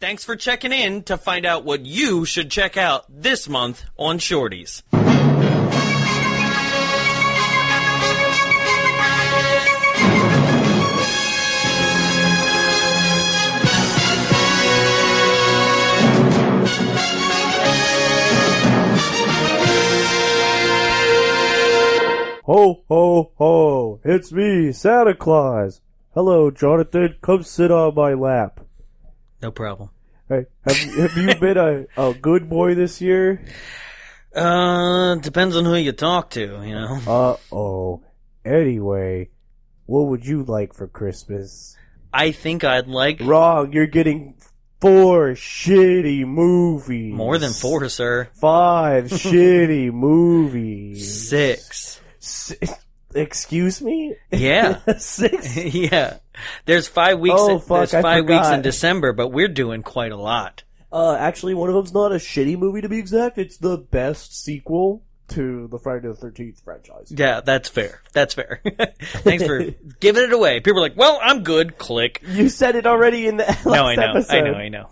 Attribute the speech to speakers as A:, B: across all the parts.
A: Thanks for checking in to find out what you should check out this month on Shorties.
B: Ho, ho, ho, it's me, Santa Claus. Hello, Jonathan, come sit on my lap.
A: No problem.
B: Hey, have, have you been a, a good boy this year?
A: Uh, depends on who you talk to, you know.
B: Uh oh. Anyway, what would you like for Christmas?
A: I think I'd like
B: Wrong, you're getting four shitty movies.
A: more than four, sir.
B: Five shitty movies.
A: Six.
B: S- excuse me?
A: Yeah.
B: Six?
A: yeah. There's five weeks.
B: Oh,
A: in,
B: fuck,
A: there's
B: I
A: five weeks in
B: forgot.
A: December, but we're doing quite a lot.
B: Uh, actually, one of them's not a shitty movie to be exact. It's the best sequel to the Friday the Thirteenth franchise.
A: Yeah, that's fair. That's fair. Thanks for giving it away. People are like, "Well, I'm good." Click.
B: You said it already in the last
A: No, I know.
B: episode.
A: I know. I know.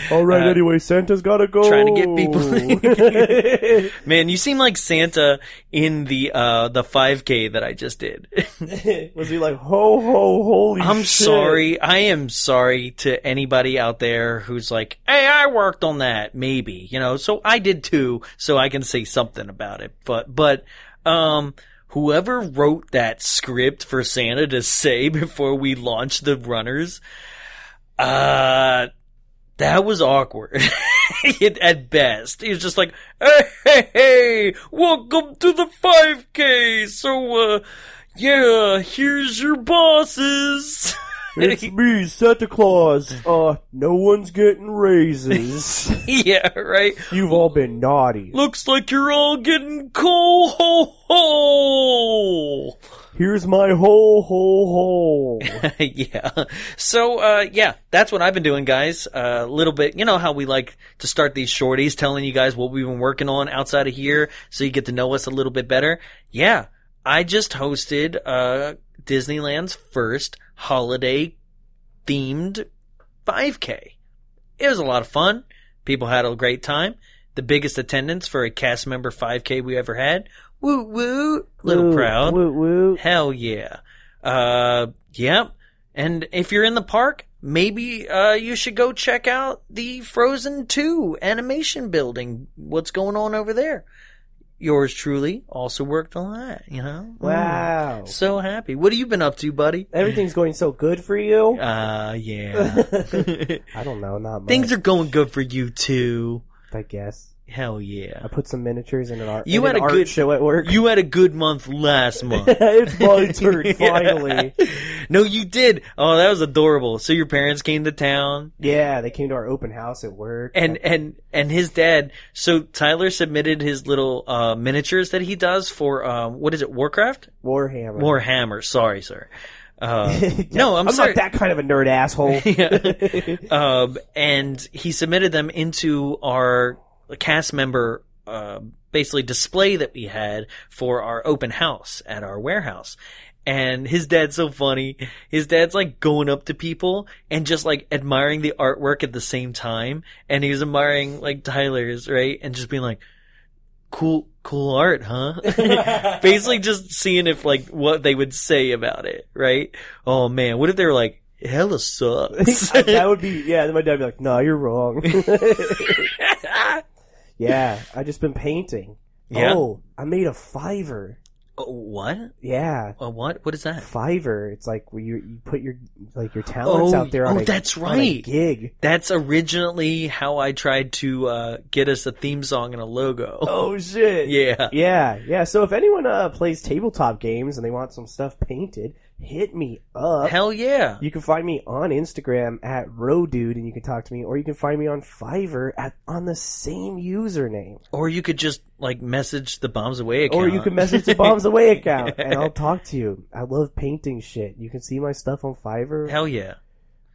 B: All right.
A: Uh,
B: anyway, Santa's gotta go.
A: trying to get Man, you seem like Santa in the uh the 5K that I just did.
B: Was he like, ho ho, holy?
A: I'm
B: shit.
A: sorry. I am sorry to anybody out there who's like, "Hey, I worked on that." Maybe you know. So I did too. So I can say something about it. But but um, whoever wrote that script for Santa to say before we launched the runners, uh, that was awkward. It- at best, he was just like, "Hey, hey, hey, welcome to the 5K." So uh, yeah, here's your bosses.
B: It's me, Santa Claus. Uh, no one's getting raises.
A: yeah, right.
B: You've all been naughty.
A: Looks like you're all getting cold. Ho ho.
B: Here's my ho ho ho.
A: yeah. So uh yeah, that's what I've been doing, guys. A little bit, you know how we like to start these shorties telling you guys what we've been working on outside of here so you get to know us a little bit better. Yeah. I just hosted uh Disneyland's first holiday themed 5K. It was a lot of fun. People had a great time. The biggest attendance for a cast member 5K we ever had. Woo woo. Little
B: Woo,
A: proud. Hmm.
B: Woo woo.
A: Hell yeah. Uh, yep. And if you're in the park, maybe uh, you should go check out the Frozen 2 animation building. What's going on over there? Yours truly also worked on that, you know?
B: Wow.
A: Mm. So happy. What have you been up to, buddy?
B: Everything's going so good for you.
A: Uh, yeah.
B: I don't know, not much.
A: Things are going good for you, too.
B: I guess.
A: Hell
B: I
A: yeah.
B: put some miniatures in an art.
A: You
B: in
A: had
B: an
A: a
B: art
A: good-
B: show at work.
A: You had a good month last month.
B: it's my turn
A: Yeah.
B: finally.
A: no, you did. Oh, that was adorable. So your parents came to town.
B: Yeah, they came to our open house at work.
A: and and and his dad so tyler submitted his little uh miniatures that he does for um what is it warcraft
B: Warhammer.
A: warhammer sorry sir uh
B: Yeah,
A: no, I'm sorry.
B: not that kind of a nerd asshole.
A: yeah. um and he submitted them into our cast member uh basically display that we had for our open house at our warehouse and his dad's so funny. His dad's like going up to people and just like admiring the artwork at the same time. And he was admiring like Tyler's, right? And just being like, cool, cool art, huh? Basically just seeing if like what they would say about it, right? Oh man, what if they were like, hella sucks?
B: that would be yeah. Then my dad would be like, "No, you're wrong." yeah, I just been painting.
A: Yeah.
B: Oh, I made a fiver.
A: Oh, what?
B: Yeah,
A: Oh, what? What is that?
B: fiver. It's like where you you put your like your talents
A: Oh,
B: out there. on
A: oh,
B: a-
A: that's
B: on a
A: right.
B: gig.
A: That's originally how I tried to uh, get us a theme song and a logo.
B: Oh shit.
A: Yeah.
B: Yeah, yeah. So if anyone uh, plays tabletop games and they want some stuff painted, hit me up.
A: Hell yeah.
B: You can find me on Instagram at Rodude and you can talk to me, or you can find me on Fiverr at on the same username.
A: Or you could just like message the bombs away account.
B: Or you can message the Bombs Away account and I'll talk to you. I love painting shit. You can see my stuff on Fiverr.
A: Hell yeah.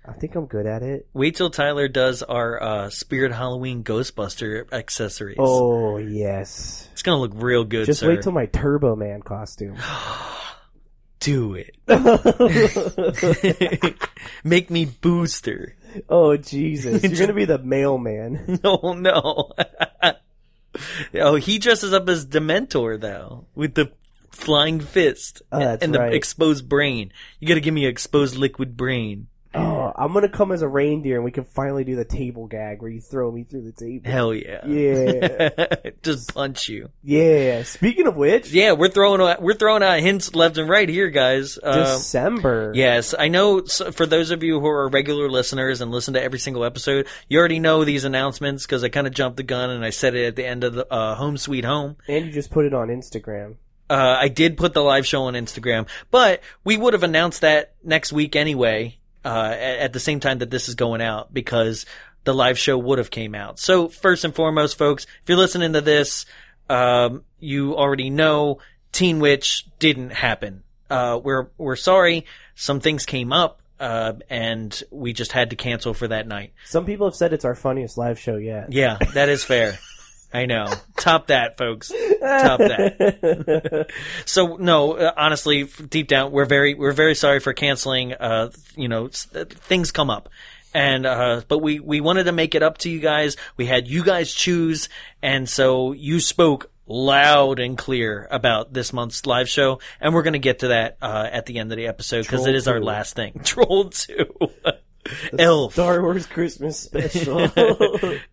B: I think I'm good at it.
A: Wait till Tyler does our uh, Spirit Halloween Ghostbuster accessories.
B: Oh yes.
A: It's gonna look real good,
B: Just
A: sir.
B: wait till my Turbo Man costume.
A: Do it. Make me booster.
B: Oh Jesus! You're gonna be the mailman.
A: No, no. oh, he dresses up as Dementor though, with the flying fist
B: Oh, that's
A: and the
B: right.
A: exposed brain. You got to give me an exposed liquid brain.
B: Oh, I'm gonna come as a reindeer, and we can finally do the table gag where you throw me through the table.
A: Hell yeah.
B: Yeah.
A: Just punch you.
B: Yeah. Speaking of which,
A: Yeah, we're throwing out, we're throwing out hints left and right here, guys. Um,
B: December.
A: Yes, I know. So for those of you who are regular listeners and listen to every single episode, you already know these announcements because I kind of jumped the gun and I said it at the end of the uh, Home Sweet Home.
B: And you just put it on Instagram.
A: Uh, I did put the live show on Instagram, but we would have announced that next week anyway, uh, at, at the same time that this is going out because the live show would have came out. So first and foremost, folks, if you're listening to this, um, you already know Teen Witch didn't happen. Uh, we're, we're sorry. Some things came up, uh, and we just had to cancel for that night.
B: Some people have said it's our funniest live show yet.
A: Yeah, that is fair. I know. Top that, folks. Top that.
B: that.
A: So no, uh, honestly, f- deep down, we're very we're very sorry for canceling. Uh, th- you know, s- th- things come up, and uh, but we we wanted to make it up to you guys. We had you guys choose, and so you spoke loud and clear about this month's live show, and we're gonna get to that uh, at the end of the episode because
B: Troll
A: it is our
B: two.
A: last thing. Troll two. Elf.
B: Star Wars Christmas special.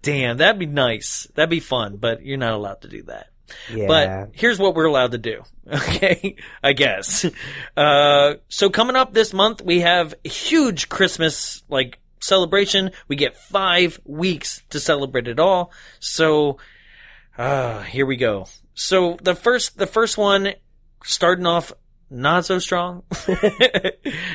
A: Damn, that'd be nice. That'd be fun, but you're not allowed to do that.
B: yeah.
A: But here's what we're allowed to do. Okay. I guess. Uh, so coming up this month, we have a huge Christmas, like, celebration. We get five weeks to celebrate it all. So, uh, here we go. So the first, the first one starting off not so strong.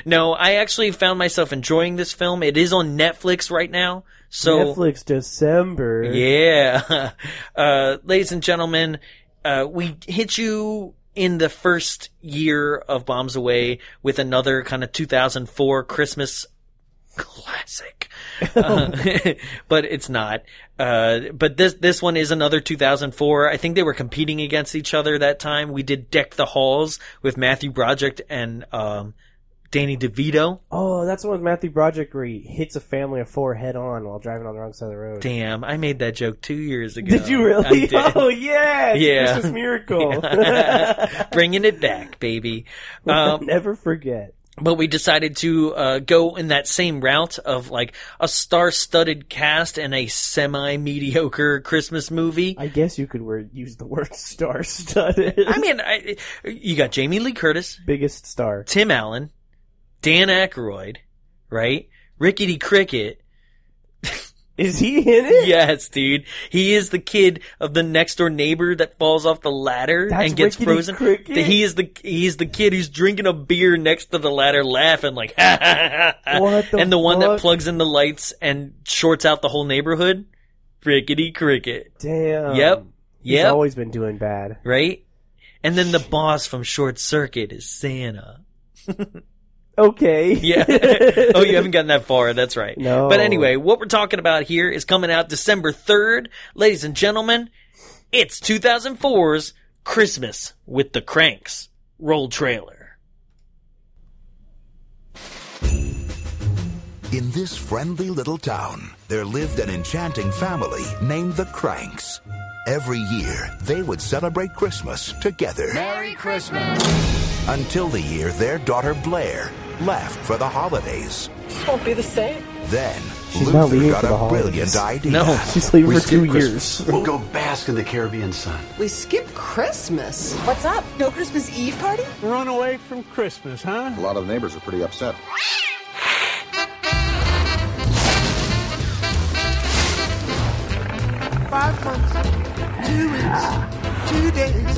A: no, I actually found myself enjoying this film. It is on Netflix right now. So
B: Netflix December.
A: yeah. Uh, ladies and gentlemen, uh, we hit you in the first year of Bombs Away with another kind of 2004 Christmas classic. Uh, but it's not. Uh, but this, this one is another 2004. I think they were competing against each other that time. We did Deck the Halls with Matthew Broderick and, um, Danny DeVito.
B: Oh, that's one with Matthew Broderick where he hits a family of four head on while driving on the wrong side of the road.
A: Damn, I made that joke two years ago.
B: Did you really?
A: uh, I did.
B: Oh yeah. it's a
A: Yeah.
B: Christmas miracle.
A: bringing it back, baby. Um,
B: Never forget.
A: but we decided to uh, go in that same route of like a star-studded cast and a semi-mediocre Christmas movie.
B: I guess you could word, use the word star studded.
A: I mean, I, you got Jamie Lee Curtis,
B: Biggest star.
A: Tim Allen, Dan Aykroyd, right? Rickety Cricket.
B: Is he in it?
A: Yes, dude. He is the kid of the next door neighbor that falls off the ladder
B: That's
A: and gets
B: Rickety
A: frozen.
B: Cricket?
A: He is the he's the kid who's drinking a beer next to the ladder, laughing like ha ha ha. ha.
B: What the
A: and the one
B: fuck?
A: that plugs in the lights and shorts out the whole neighborhood. Rickety cricket.
B: Damn.
A: Yep.
B: He's
A: Yep.
B: always been doing bad.
A: Right. And then the boss from Short Circuit is Santa.
B: Okay.
A: Yeah. oh, you haven't gotten that far. That's right.
B: No.
A: But anyway, what we're talking about here is coming out December 3rd. Ladies and gentlemen, it's 2004's Christmas with the Cranks roll trailer.
C: In this friendly little town, there lived an enchanting family named the Cranks. Every year, they would celebrate Christmas together. Merry Christmas! Until the year their daughter Blair left for the holidays.
D: won't be the same.
C: Then,
B: She's not
C: Luther
B: leaving
C: got
B: for the
C: a
B: holidays.
C: brilliant idea.
A: No.
B: She's leaving
E: We
B: for two
E: skip Christmas.
B: years.
E: We'll go bask in the Caribbean sun.
D: We skip Christmas. What's up? No Christmas Eve party?
F: Run away from Christmas, huh?
E: A lot of neighbors are pretty upset.
G: five months, two weeks, two days.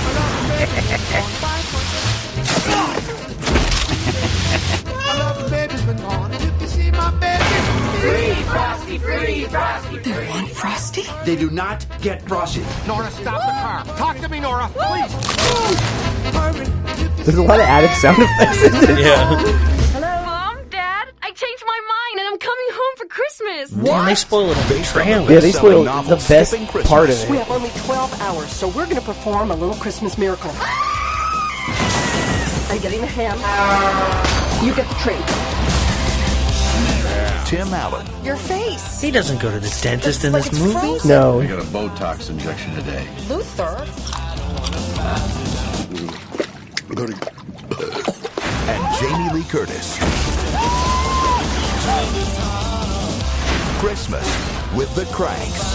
G: We're not baby gone five months. I love the baby's been gone. If you see my baby, free Frosty, free Frosty.
D: They want Frosty?
E: They do not get frosted.
G: Nora, stop the car. Talk to me, Nora, please. Hurry. If you
B: There's a
G: see
B: lot of
G: my
B: added sound effects. in this.
A: Yeah.
H: Mom, Dad, I changed my mind and I'm coming home for Christmas.
A: Damn, they spoiled it.
C: Based on
B: Yeah, they
C: best-selling
B: spoiled
C: novel,
B: the best
C: Skipping Christmas.
B: part of it.
D: We have only 12 hours, so we're gonna perform a little Christmas miracle. I'm getting the ham. You get the tree.
C: Tim Allen.
D: Your face.
A: He doesn't go to the dentist in
D: Like
A: this
D: it's
A: movie.
D: frozen.
B: No.
E: got a Botox injection today.
D: Luther.
C: and Jamie Lee Curtis. Christmas with the Cranks.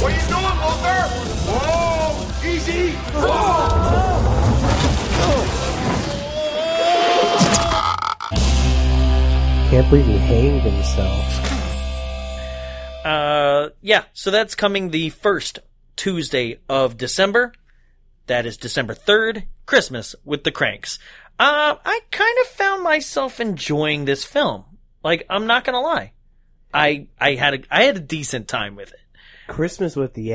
G: What are you doing, Walker? Whoa! Easy! Whoa!
B: Can't believe he hanged himself.
A: Uh, yeah, so that's coming the first Tuesday of December. That is December 3rd, Christmas with the Cranks. Uh, I kind of found myself enjoying this film. Like, I'm not gonna lie. I, I had a, I had a decent time with it.
B: Christmas with the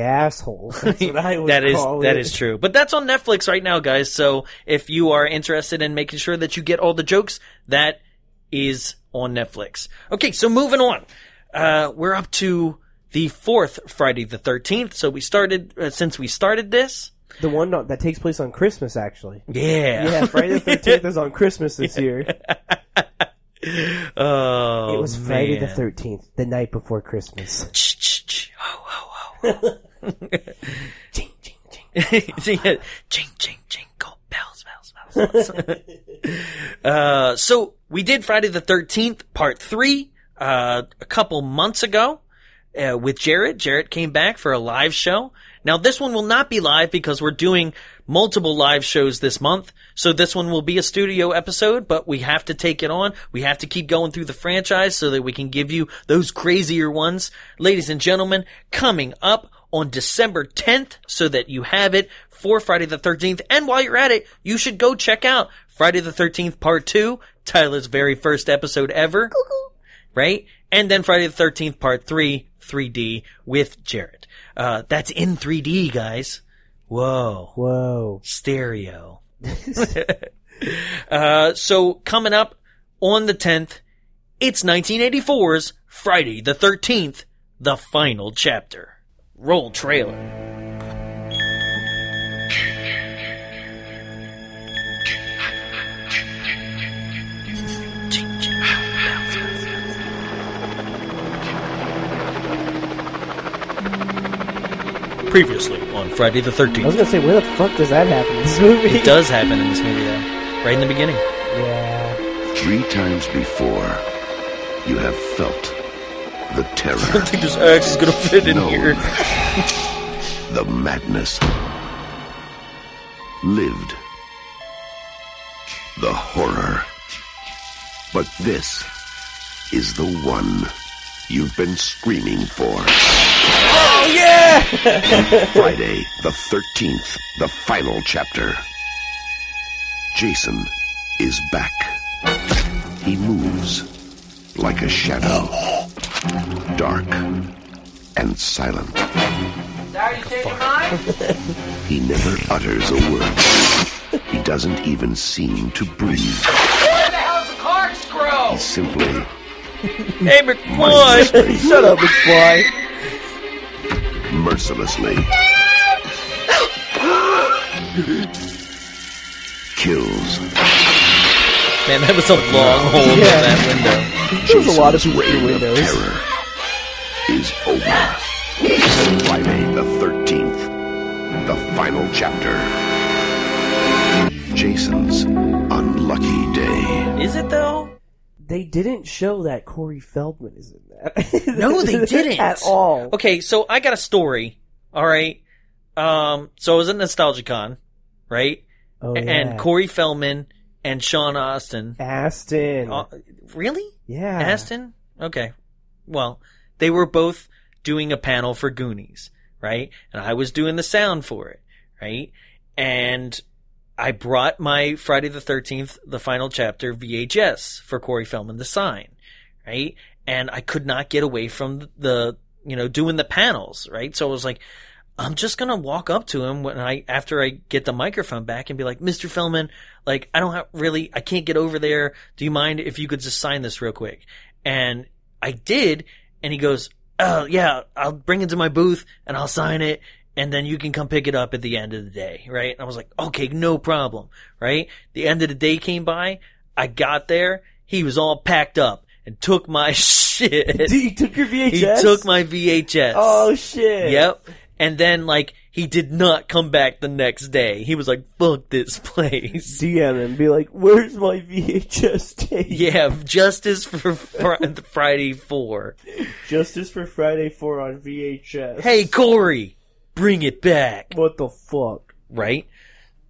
B: assholes. That's what I would
A: That is
B: call
A: that
B: it.
A: is true. But that's on Netflix right now, guys. So if you are interested in making sure that you get all the jokes, that is on Netflix. Okay, so moving on. Uh, we're up to the fourth Friday the thirteenth. So we started uh, since we started this.
B: The one not, that takes place on Christmas, actually.
A: Yeah.
B: Yeah, Friday the 13th is on Christmas this year.
A: Oh,
B: it was Friday the 13th, the night before Christmas.
A: Ch-ch-ch. Ho, ho, ho.
B: Ching, ching, ching.
A: See, yeah. oh. Ching, ching, jingle bells, bells, bells. uh, so we did Friday the 13th, part three, uh, a couple months ago, uh, with Jarrett. Jarrett came back for a live show. Now this one will not be live because we're doing multiple live shows this month. So this one will be a studio episode, but we have to take it on. We have to keep going through the franchise so that we can give you those crazier ones. Ladies and gentlemen, coming up on December 10th so that you have it for Friday the 13th. And while you're at it, you should go check out Friday the 13th Part 2, Tyler's very first episode ever. Right? And then Friday the 13th Part 3, 3D with Jared. Uh, that's in 3D, guys. Whoa
B: Whoa.
A: stereo. uh, so coming up on the 10th, it's 1984's Friday the 13th, the final chapter. Roll trailer. Previously on Friday the 13th.
B: I was gonna say, where the fuck does that happen in this movie?
A: It does happen in this movie, though. Right in the beginning.
B: Yeah.
C: Three times before, you have felt the terror,
A: think this axe is gonna fit in here.
C: the madness, lived the horror. But this is the one you've been screaming for.
A: Oh yeah!
C: Friday, the 13th, the final chapter. Jason is back. He moves like a shadow, dark and silent. He never utters a word. He doesn't even seem to breathe. He simply
A: Hey McFly!
B: Shut up, McFly.
C: mercilessly kills
A: Man, that was a long hole in that window.
B: There's a lot of
C: Jason's
B: people through
C: reign of
B: windows.
C: terror is over. Friday the 13th, the final chapter. Jason's unlucky day.
A: Is it though?
B: They didn't show that Corey Feldman is in that.
A: No, they didn't
B: At all.
A: Okay, so I got a story. All right. Um, so I was at NostalgiaCon, right?
B: Oh,
A: A-
B: yeah.
A: And Corey Feldman and Sean Austin.
B: Aston.
A: Uh, really?
B: yeah.
A: Aston? Okay. Well, they were both doing a panel for Goonies, right? And I was doing the sound for it, right? And I brought my Friday the 13th, the final chapter VHS for Corey Feldman to sign, right? And I could not get away from the, you know, doing the panels, right? So I was like, I'm just gonna walk up to him when I after I get the microphone back and be like, Mr. Feldman, like I don't have really I can't get over there. Do you mind if you could just sign this real quick? And I did, and he goes, Oh yeah, I'll bring it to my booth and I'll sign it, and then you can come pick it up at the end of the day, right? And I was like, Okay, no problem, right? The end of the day came by, I got there, he was all packed up. and took my shit.
B: Dude, you took your VHS.
A: he took my VHS.
B: Oh shit.
A: Yep. And then like he did not come back the next day. He was like, "Fuck this place."
B: DM and be like, "Where's my VHS tape?"
A: yeah, justice for Fri- Friday Four.
B: Justice for Friday Four on VHS.
A: Hey Corey, bring it back.
B: what the fuck?
A: right?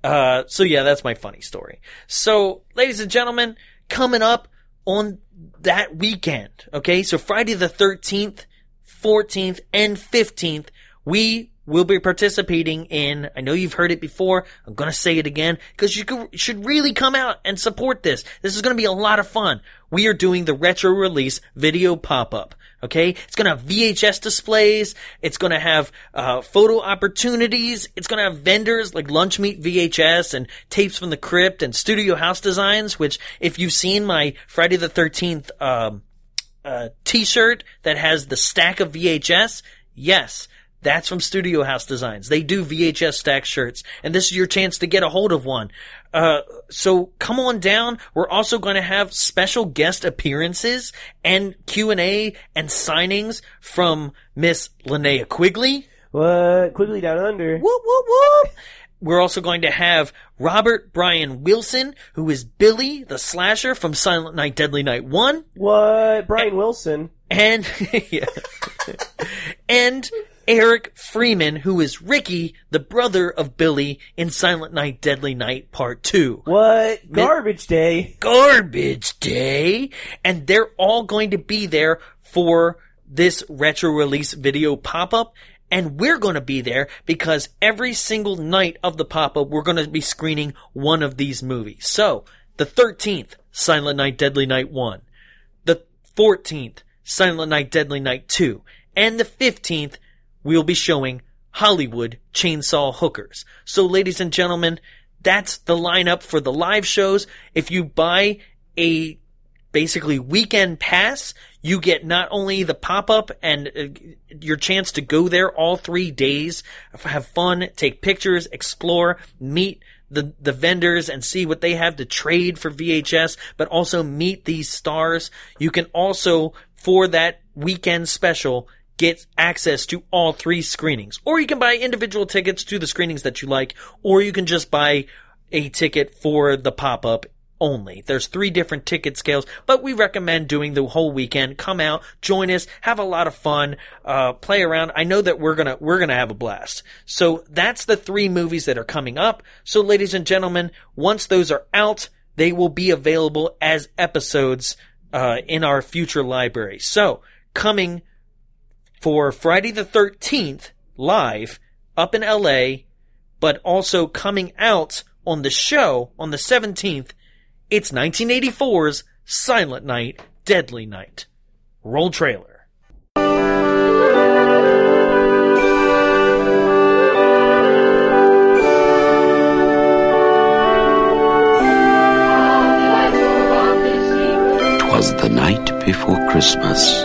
A: Uh, so yeah, that's my funny story. So, ladies and gentlemen, coming up on that weekend, okay? So Friday the 13th, 14th, and 15th, we will be participating in, I know you've heard it before, I'm gonna say it again, cause you could- should really come out and support this. This is gonna be a lot of fun. We are doing the retro release video pop-up. Okay, it's gonna have VHS displays. It's gonna have uh, photo opportunities. It's gonna have vendors like Lunch Meat VHS and Tapes from the Crypt and Studio House Designs. Which, if you've seen my Friday the Thirteenth um, uh, T-shirt that has the stack of VHS, yes, that's from Studio House Designs. They do VHS stack shirts, and this is your chance to get a hold of one. Uh, so come on down. We're also going to have special guest appearances and Q and A and signings from Miss Linnea Quigley.
B: What? Quickly down under.
A: Whoop, whoop, whoop. We're also going to have Robert Brian Wilson, who is Billy the Slasher from Silent Night Deadly Night 1,
B: What? Brian Wilson.
A: and, yeah. and Eric Freeman, who is Ricky, the brother of Billy in Silent Night Deadly Night Part 2
B: What? Garbage Day.
A: garbage day and they're all going to be there for this retro release video pop-up and we're going to be there because every single night of the pop-up we're going to be screening one of these movies so the 13th silent night deadly night 1 the 14th silent night deadly night 2 and the 15th we'll be showing Hollywood Chainsaw Hookers. So, ladies and gentlemen, that's the lineup for the live shows. If you buy a basically weekend pass, you get not only the pop up and uh, your chance to go there all three days, have fun, take pictures, explore, meet the, the vendors and see what they have to trade for VHS, but also meet these stars. You can also, for that weekend special, get access to all three screenings. Or you can buy individual tickets to the screenings that you like, or you can just buy a ticket for the pop up only. There's three different ticket scales, but we recommend doing the whole weekend. Come out, join us, have a lot of fun, uh, play around. I know that we're gonna, we're gonna have a blast. So that's the three movies that are coming up. So ladies and gentlemen, once those are out, they will be available as episodes, uh, in our future library. So coming for Friday the 13th live up in LA, but also coming out on the show on the 17th. It's 1984's Silent Night, Deadly Night. Roll trailer.
E: Twas the night before Christmas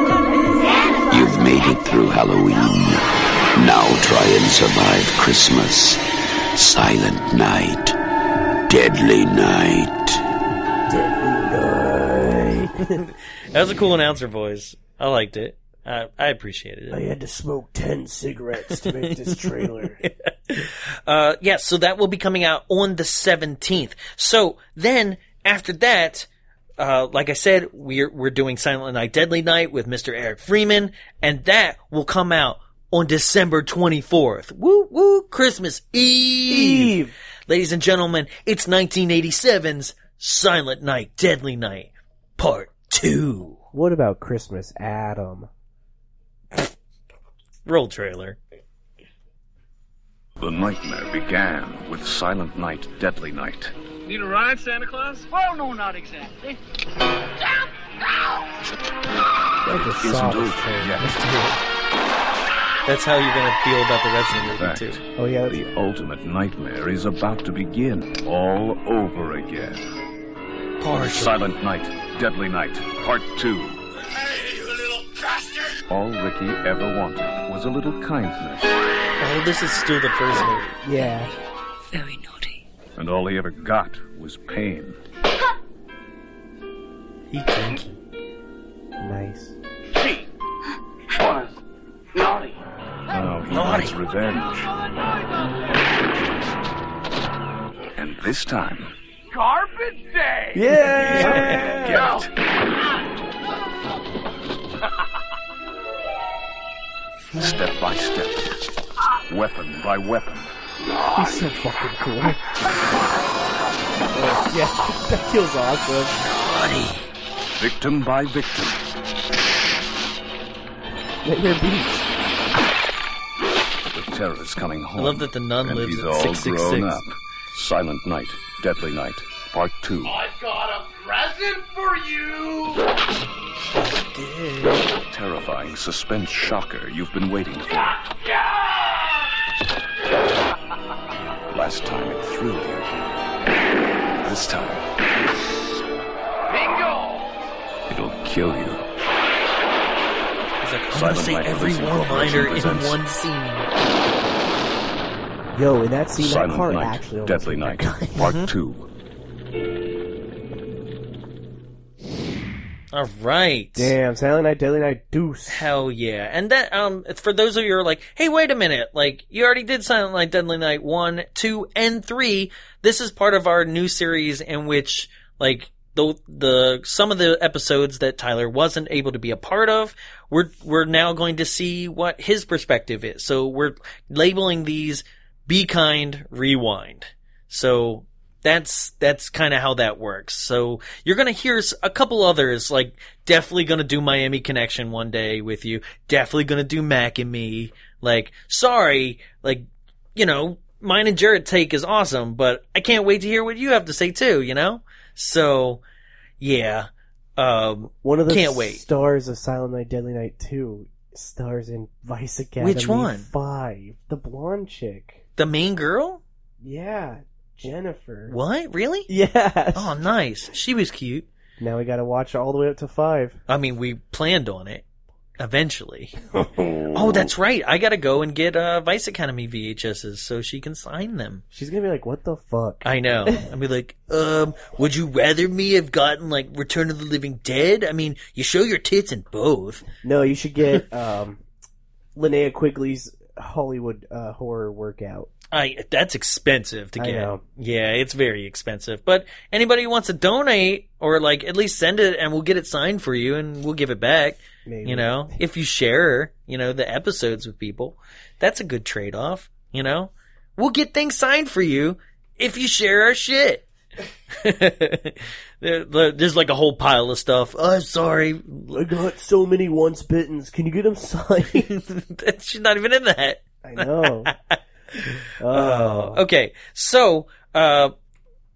E: You've made it through Halloween. Now try and survive Christmas. Silent night. Deadly night.
A: That was a cool announcer voice. I liked it. I, I appreciated it.
B: I had to smoke ten cigarettes to make this trailer.
A: Uh, yes, so that will be coming out on the 17th. So then after that, uh, like I said, we're we're doing Silent Night, Deadly Night with Mr. Eric Freeman, and that will come out on December 24th. Woo woo, Christmas Eve. Ladies and gentlemen, it's 1987's Silent Night, Deadly Night, Part Two.
B: What about Christmas, Adam?
A: Roll trailer.
I: The nightmare began with Silent Night, Deadly Night.
J: Need a ride, Santa Claus? Well, no, not exactly.
I: It isn't over yet.
A: That's how you're gonna feel about the rest of the movie too.
I: Oh yeah. The ultimate nightmare is about to begin all over again.
A: Part
I: Silent Night, Deadly Night, Part Two. All Ricky ever wanted was a little kindness,
A: Oh, this is still the first movie.
B: Yeah.
I: and all he ever got was pain.
A: He kinky.
B: Nice.
I: Now he wants revenge. And this time,
J: Carpet day!
B: Yeah.
I: get it. Step by step, weapon by weapon.
B: He's so fucking cool. yeah, that kill's awesome.
I: Victim by victim.
B: Nightmare Beach.
I: The terror's coming home.
A: I love that the nun
I: and
A: lives
I: he's
A: at
I: all
A: 666.
I: grown up. Silent Night, Deadly Night, Part 2.
J: I've got a present for you!
I: Terrifying suspense shocker you've been waiting for. Last time it threw you. This time,
J: Bingo!
I: it'll kill you.
A: He's like, I'm gonna
I: Silent
A: say
I: Night
A: every
I: Releasing
A: one-liner in
I: Corporation
A: one scene.
B: Yo, in that scene, that
I: Silent
B: cart
I: Night,
B: actually. Oh, almost
I: Deadly
B: hit that
I: Night,
B: guy.
I: Part 2.
A: All right.
B: Damn, Silent Night, Deadly Night, Deuce.
A: Hell yeah. And that, um, for those of you who are like, hey, wait a minute, like, you already did Silent Night, Deadly Night 1, 2, and 3. This is part of our new series in which, like, the, the, some of the episodes that Tyler wasn't able to be a part of, we're, we're now going to see what his perspective is. So we're labeling these Be Kind Rewind. So that's that's kind of how that works. So you're gonna hear s- a couple others, like definitely gonna do Miami Connection one day with you. Definitely gonna do Mac and me. Like, sorry, like you know, mine and Jared take is awesome, but I can't wait to hear what you have to say too. You know, so yeah, um,
B: One of the
A: Can't wait.
B: stars of Silent Night, Deadly Night 2 stars in Vice Academy
A: Which one?
B: 5. The blonde chick.
A: the main girl.
B: Yeah, Jennifer.
A: What really?
B: Yes.
A: Oh, nice. She was cute.
B: Now we gotta watch all the way up to 5.
A: I mean, we planned on it eventually. oh, that's right. I gotta go and get uh, Vice Academy VHSs so she can sign them.
B: She's gonna be like, what the fuck?
A: I know. I'd be like, um, would you rather me have gotten like Return of the Living Dead? I mean, you show your tits in both.
B: No, you should get um, Linnea Quigley's Hollywood uh, horror workout.
A: I that's expensive to
B: I
A: get.
B: know.
A: Yeah, it's very expensive. But anybody who wants to donate or like at least send it and we'll get it signed for you and we'll give it back.
B: Maybe.
A: You know, if you share, you know, the episodes with people, that's a good trade off. You know, we'll get things signed for you if you share our shit. There- there- there's like a whole pile of stuff. Oh, I'm sorry.
B: I got so many once bittens. Can you get them signed?
A: That- She's not even in that.
B: I know. Uh,
A: Oh. Okay. So, uh,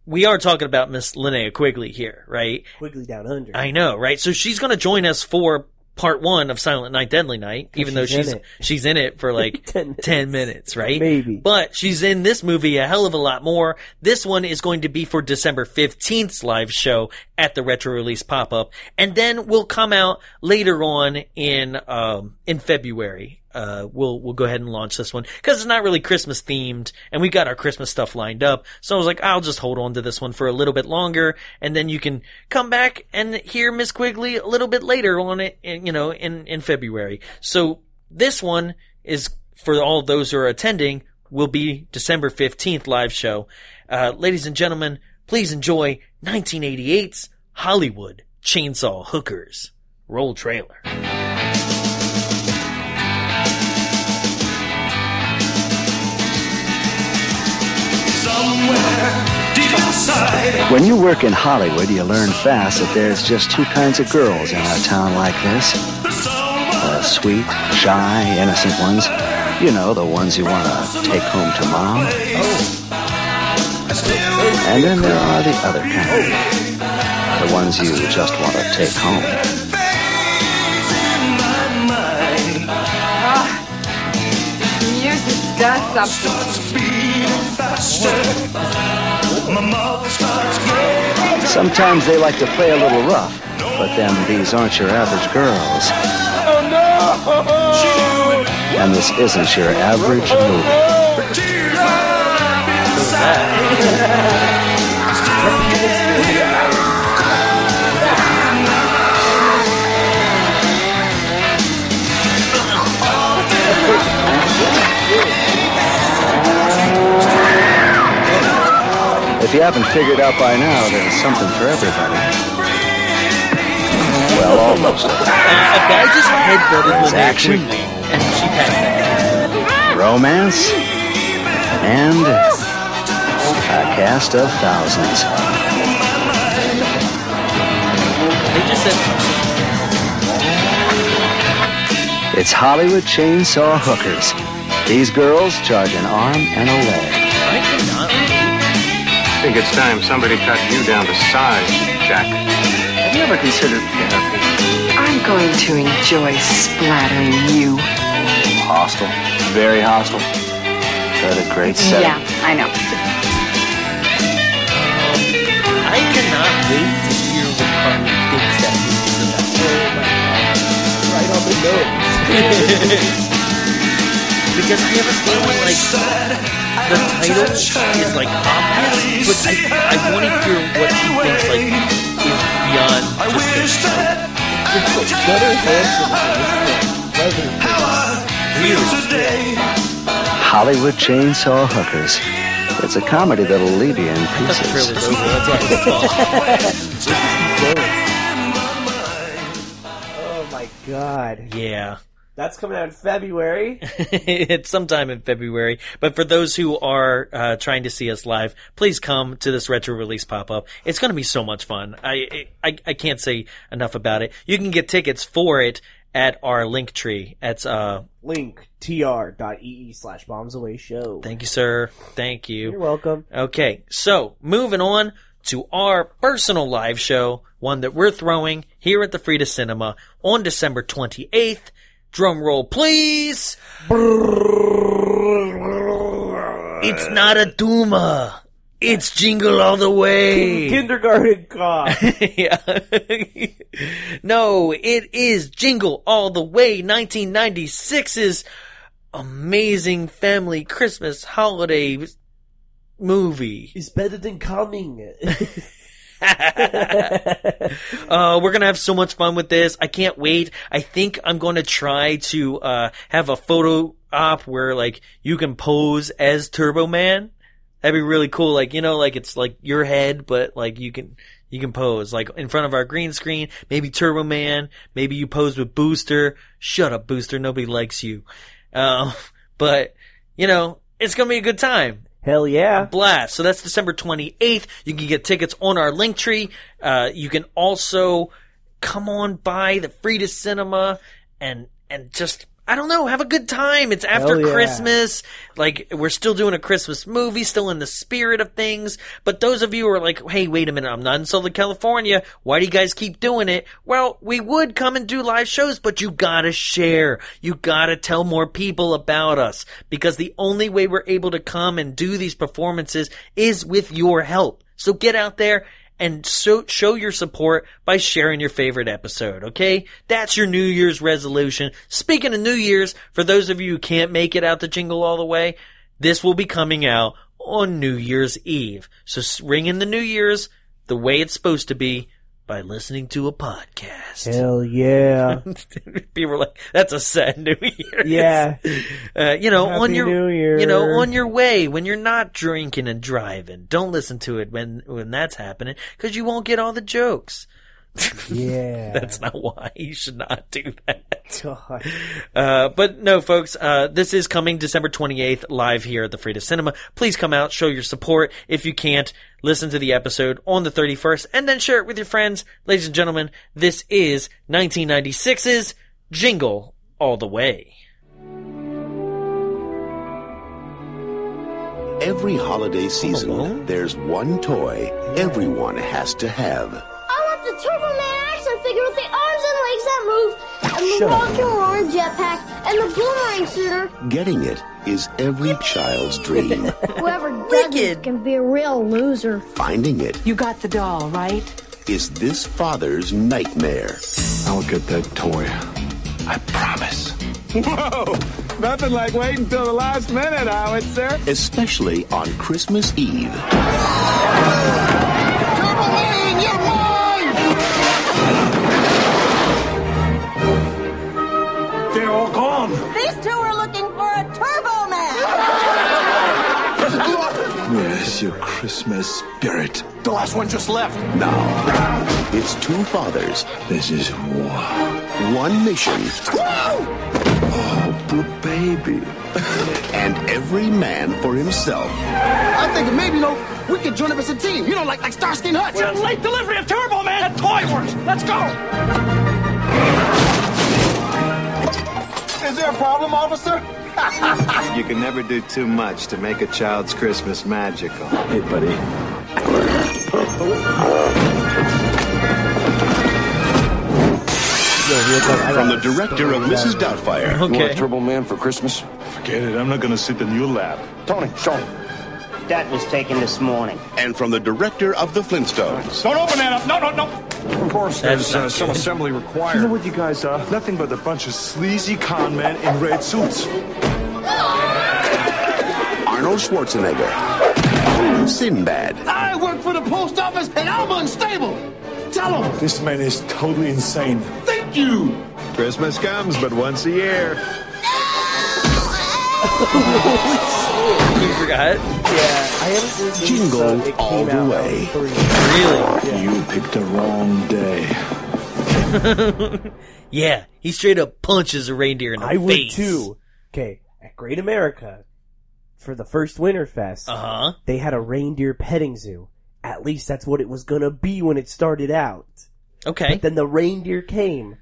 A: we are talking about Miss Linnea Quigley here, right?
B: Quigley down under.
A: I know, right? So she's going to join us for part one of Silent Night, Deadly Night, even though
B: she's in
A: she's
B: it.
A: she's in it for like 10,
B: Ten
A: minutes.
B: minutes.
A: right?
B: Maybe.
A: But she's in this movie a hell of a lot more. This one is going to be for December 15th's live show at the retro release pop up. And then we'll come out later on in, um, in February. Uh, we'll, we'll go ahead and launch this one because it's not really Christmas themed and we got our Christmas stuff lined up. So I was like, I'll just hold on to this one for a little bit longer and then you can come back and hear Miss Quigley a little bit later on it, in- you know, in, in February. So this one is for all those who are attending will be December 15th live show. Uh, ladies and gentlemen, please enjoy 1988's Hollywood Chainsaw Hookers. Roll trailer.
E: When you work in Hollywood, you learn fast that there's just two kinds of girls in our town like this. The sweet, shy, innocent ones. You know, the ones you want to take home to mom. And then there are the other kind. The ones you just want to take home.
D: music does something.
E: Sometimes they like to play a little rough, but then these aren't your average girls. And this isn't your average movie. If you haven't figured out by now, there's something for everybody. Well, almost.
A: A guy just headbutted
E: There's
A: Linnea
E: action.
A: Quigley, and she passed out.
E: romance, and a cast of thousands.
A: They just said,
E: It's Hollywood Chainsaw Hookers. These girls charge an arm and a leg.
A: I cannot
K: I think it's time somebody cut you down to size, Jack. Have you ever considered therapy?
D: I'm going to enjoy splattering you.
E: Hostile. Very hostile. Got a great set.
D: Yeah, I know.
A: I cannot wait to hear what Carly thinks that movie's about. Oh Right on the nose. because I have a feeling like the title is like obvious, but I, I want to hear what she thinks like is beyond just the title.
E: Hollywood Chainsaw Hookers. It's a comedy that'll leave you in
A: That's the
E: pieces.
A: trailer's over. That's what I saw.
B: Oh my god.
A: Yeah.
B: That's coming out in February.
A: it's sometime in February. But for those who are uh, trying to see us live, please come to this retro release pop up. It's going to be so much fun. I, I I can't say enough about it. You can get tickets for it at our link tree. That's uh.
B: Link tr.ee slash bombs away show.
A: Thank you, sir. Thank you.
B: You're welcome.
A: Okay, so moving on to our personal live show, one that we're throwing here at the Frida Cinema on December 28th. Drum roll, please. It's not a Duma. It's Jingle All the Way.
B: Kindergarten God.
A: yeah. no, it is Jingle All the Way 1996's amazing family Christmas holiday movie.
B: It's better than coming.
A: uh, we're gonna have so much fun with this. I can't wait. I think I'm gonna try to uh, have a photo op where like you can pose as Turbo Man. That'd be really cool. Like you know, like it's like your head, but like you can you can pose like in front of our green screen. Maybe Turbo Man. Maybe you pose with Booster. Shut up, Booster. Nobody likes you. Um, but you know, it's gonna be a good time
B: Hell yeah.
A: blast. So that's December 28th. You can get tickets on our link tree. Uh, you can also come on by the Frida Cinema and, and just, I don't know, have a good time. It's after
B: Hell yeah.
A: Christmas. Like, we're still doing a Christmas movie, still in the spirit of things. But those of you who are like, hey, wait a minute, I'm not in Southern California. Why do you guys keep doing it? Well, we would come and do live shows, but you gotta share. You gotta tell more people about us. Because the only way we're able to come and do these performances is with your help. So get out there and so, show your support by sharing your favorite episode, okay? That's your New Year's resolution. Speaking of New Year's, for those of you who can't make it out to Jingle All the Way, this will be coming out on New Year's Eve. So s- ring in the New Year's the way it's supposed to be by listening to a podcast.
B: Hell yeah.
A: People were like, "That's a sad New Year."
B: Yeah.
A: Uh, you know, on
B: Happy
A: your
B: New Year.
A: you know on your way when you're not drinking and driving, don't listen to it when when that's happening because you won't get all the jokes.
B: Yeah.
A: That's not why you should not do that.
B: God.
A: Uh, but no, folks, uh, this is coming December 28th live here at the Frida Cinema. Please come out, show your support. If you can't, listen to the episode on the 31st and then share it with your friends. Ladies and gentlemen, this is 1996's Jingle All the Way.
L: Every holiday season, there's one toy everyone has to have.
M: I want the Turbo Man action figure with the arms and legs that move, and the
L: Shut up.
M: rock and roll jetpack, and the boomerang shooter.
L: Getting it is every child's dream.
M: Whoever does it can be a real loser.
L: Finding it
D: You got the doll, right?
L: is this father's nightmare. I'll get that toy. I promise.
F: Whoa! Nothing like waiting till the last minute, Howard, sir.
L: Especially on Christmas Eve.
F: They're all gone.
G: These two are looking for a Turbo Man.
L: Where's your Christmas spirit? The last one just left. Now, it's two fathers. This is one. One mission. Oh, the baby. and every man for himself.
G: I'm thinking maybe you know we could join up as a team. You know, like like Starsky and Hutch. We're on late delivery of Turbo Man. That toy works. Let's go. Is there a problem, officer?
N: You can never do too much to make a child's Christmas magical. Hey, buddy.
L: From the director of Mrs. Doubtfire.
A: Okay.
O: Turbo Man for Christmas? Forget it. I'm not going to sit in your lap. Tony, show him.
L: That was taken this morning. And from the director of The Flintstones.
N: Don't open that up. No, no, no. Of course,
L: That's
N: there's
L: not
N: uh, some
L: good.
N: assembly required. You know what you guys are? Nothing but a bunch of sleazy con men in red suits.
L: Arnold Schwarzenegger. Sinbad.
G: I work for the post office and I'm unstable. Tell him.
N: This man is totally insane. Thank you. Christmas comes but once a year.
A: You forgot?
B: Yeah, I haven't seen this
L: Jingle
B: so it
L: all
B: came
L: the
B: out
L: way.
B: three.
L: You picked the wrong day.
A: Yeah, he straight up punches a reindeer in the
B: I would
A: face.
B: too. Okay, at Great America, for the first Winterfest,
A: Uh-huh.
B: they had a reindeer petting zoo. At least that's what it was gonna be when it started out.
A: Okay.
B: But then the reindeer came,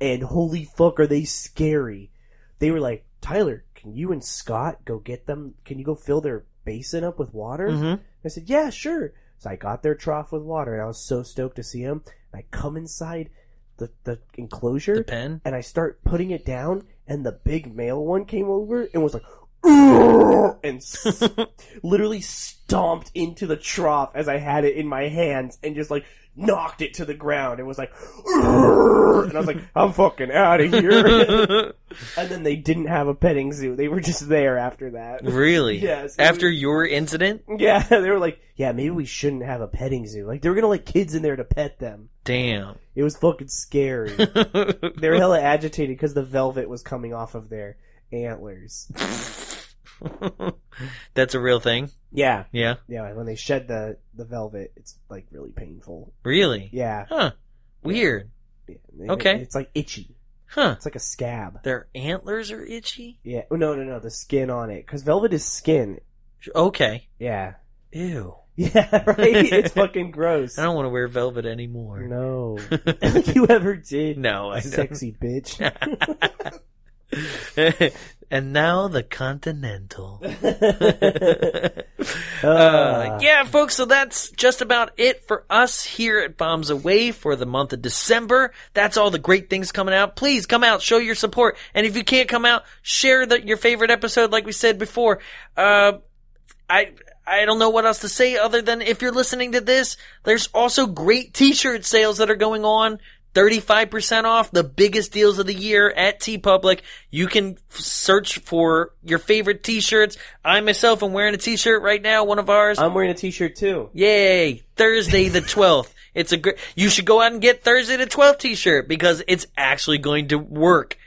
B: and holy fuck, are they scary? They were like, Tyler, can you and Scott go get them? Can you go fill their basin up with water?
A: Mhm.
B: I said, yeah, sure. So I got their trough with water, and I was so stoked to see them. I come inside the, the enclosure,
A: The pen?
B: and I start putting it down, and the big male one came over and was like, "Urgh," and s- literally stomped into the trough as I had it in my hands and just like knocked it to the ground and was like, "Urgh," and I was like, I'm fucking out of here. and then they didn't have a petting zoo. They were just there after that.
A: Really?
B: Yes.
A: After your incident?
B: Yeah, they were like, yeah, maybe we shouldn't have a petting zoo. Like, they were gonna let kids in there to pet them.
A: Damn.
B: It was fucking scary. they were hella agitated because the velvet was coming off of their antlers.
A: That's a real thing?
B: Yeah.
A: Yeah.
B: Yeah, when they shed the, the velvet, it's like really painful.
A: Really?
B: Yeah.
A: Huh. Weird.
B: It-
A: Okay.
B: It's like itchy.
A: Huh.
B: It's like a scab.
A: Their antlers are itchy?
B: Yeah. Oh, no, no, no. The skin on it. Because velvet is skin.
A: Okay.
B: Yeah.
A: Ew.
B: Yeah, right? It's fucking gross.
A: I don't want to wear velvet anymore.
B: No. you ever did.
A: No, I don't.
B: Sexy bitch.
A: and now the Continental.
B: Uh,
A: Uh, yeah, folks, so that's just about it for us here at Bombs Away for the month of December. That's all the great things coming out. Please come out, show your support. And if you can't come out, share the, your favorite episode, like we said before. Uh, I, I don't know what else to say other than if you're listening to this, there's also great t-shirt sales that are going on. 35% off the biggest deals of the year at T Public. You can f- search for your favorite t-shirts. I myself am wearing a t-shirt right now, one of ours.
B: I'm wearing a t shirt too.
A: Yay! Thursday the 12th It's a great. You should go out and get Thursday the 12th t-shirt because it's actually going to work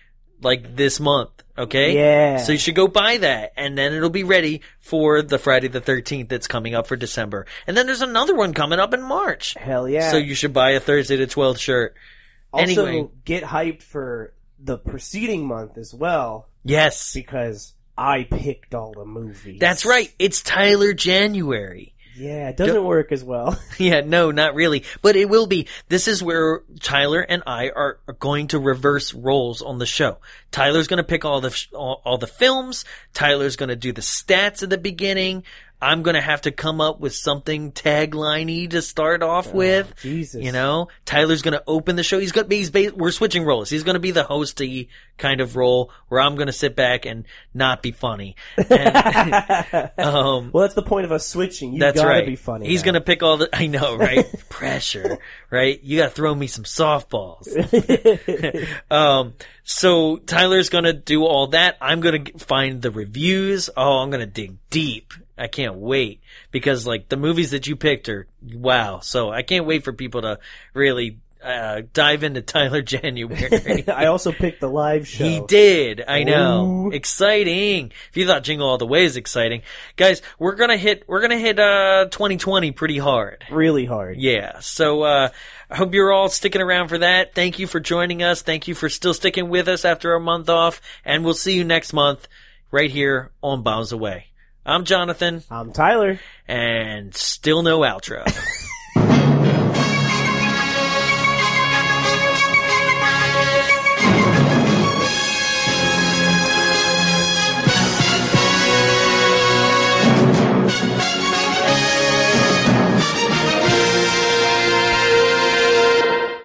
A: like this month. Okay.
B: Yeah.
A: So you should go buy that and then it'll be ready for the Friday the 13th that's coming up for December. And then there's another one coming up in March.
B: Hell yeah.
A: So you should buy a Thursday the 12th shirt.
B: Also,
A: anyway.
B: get hyped for the preceding month as well
A: Yes.
B: because I picked all the movies.
A: That's right. It's Tyler January.
B: Yeah, it doesn't
A: Don't-
B: work as well.
A: Yeah, no, not really. But it will be. This is where Tyler and I are, are going to reverse roles on the show. Tyler's going to pick all the f- all, all the films. Tyler's going to do the stats at the beginning. I'm going to have to come up with something tagliney to start off with.
B: Jesus.
A: You know, Tyler's going to open the show. He's going to be, he's ba- we're switching roles. He's going to be the hosty kind of role where I'm going to sit back and not be funny. And, um,
B: Well, that's the point of us switching. You
A: that's
B: gotta
A: right.
B: be funny.
A: He's gonna pick all the. I know, right? Pressure, right? You gotta throw me some softballs. um, so Tyler's gonna do all that. I'm gonna g- find the reviews. Oh, I'm gonna dig deep. I can't wait because like the movies that you picked are wow. So I can't wait for people to really uh, dive into Tyler January.
B: I also picked the live show.
A: He did. I know. Exciting. If you thought Jingle All the Way is exciting, guys, we're gonna hit we're gonna hit uh 2020 pretty hard.
B: Really hard.
A: Yeah. So uh, I hope you're all sticking around for that. Thank you for joining us. Thank you for still sticking with us after our month off, and we'll see you next month right here on Bombs Away. I'm Jonathan,
B: I'm Um, Tyler.
A: and still no outro.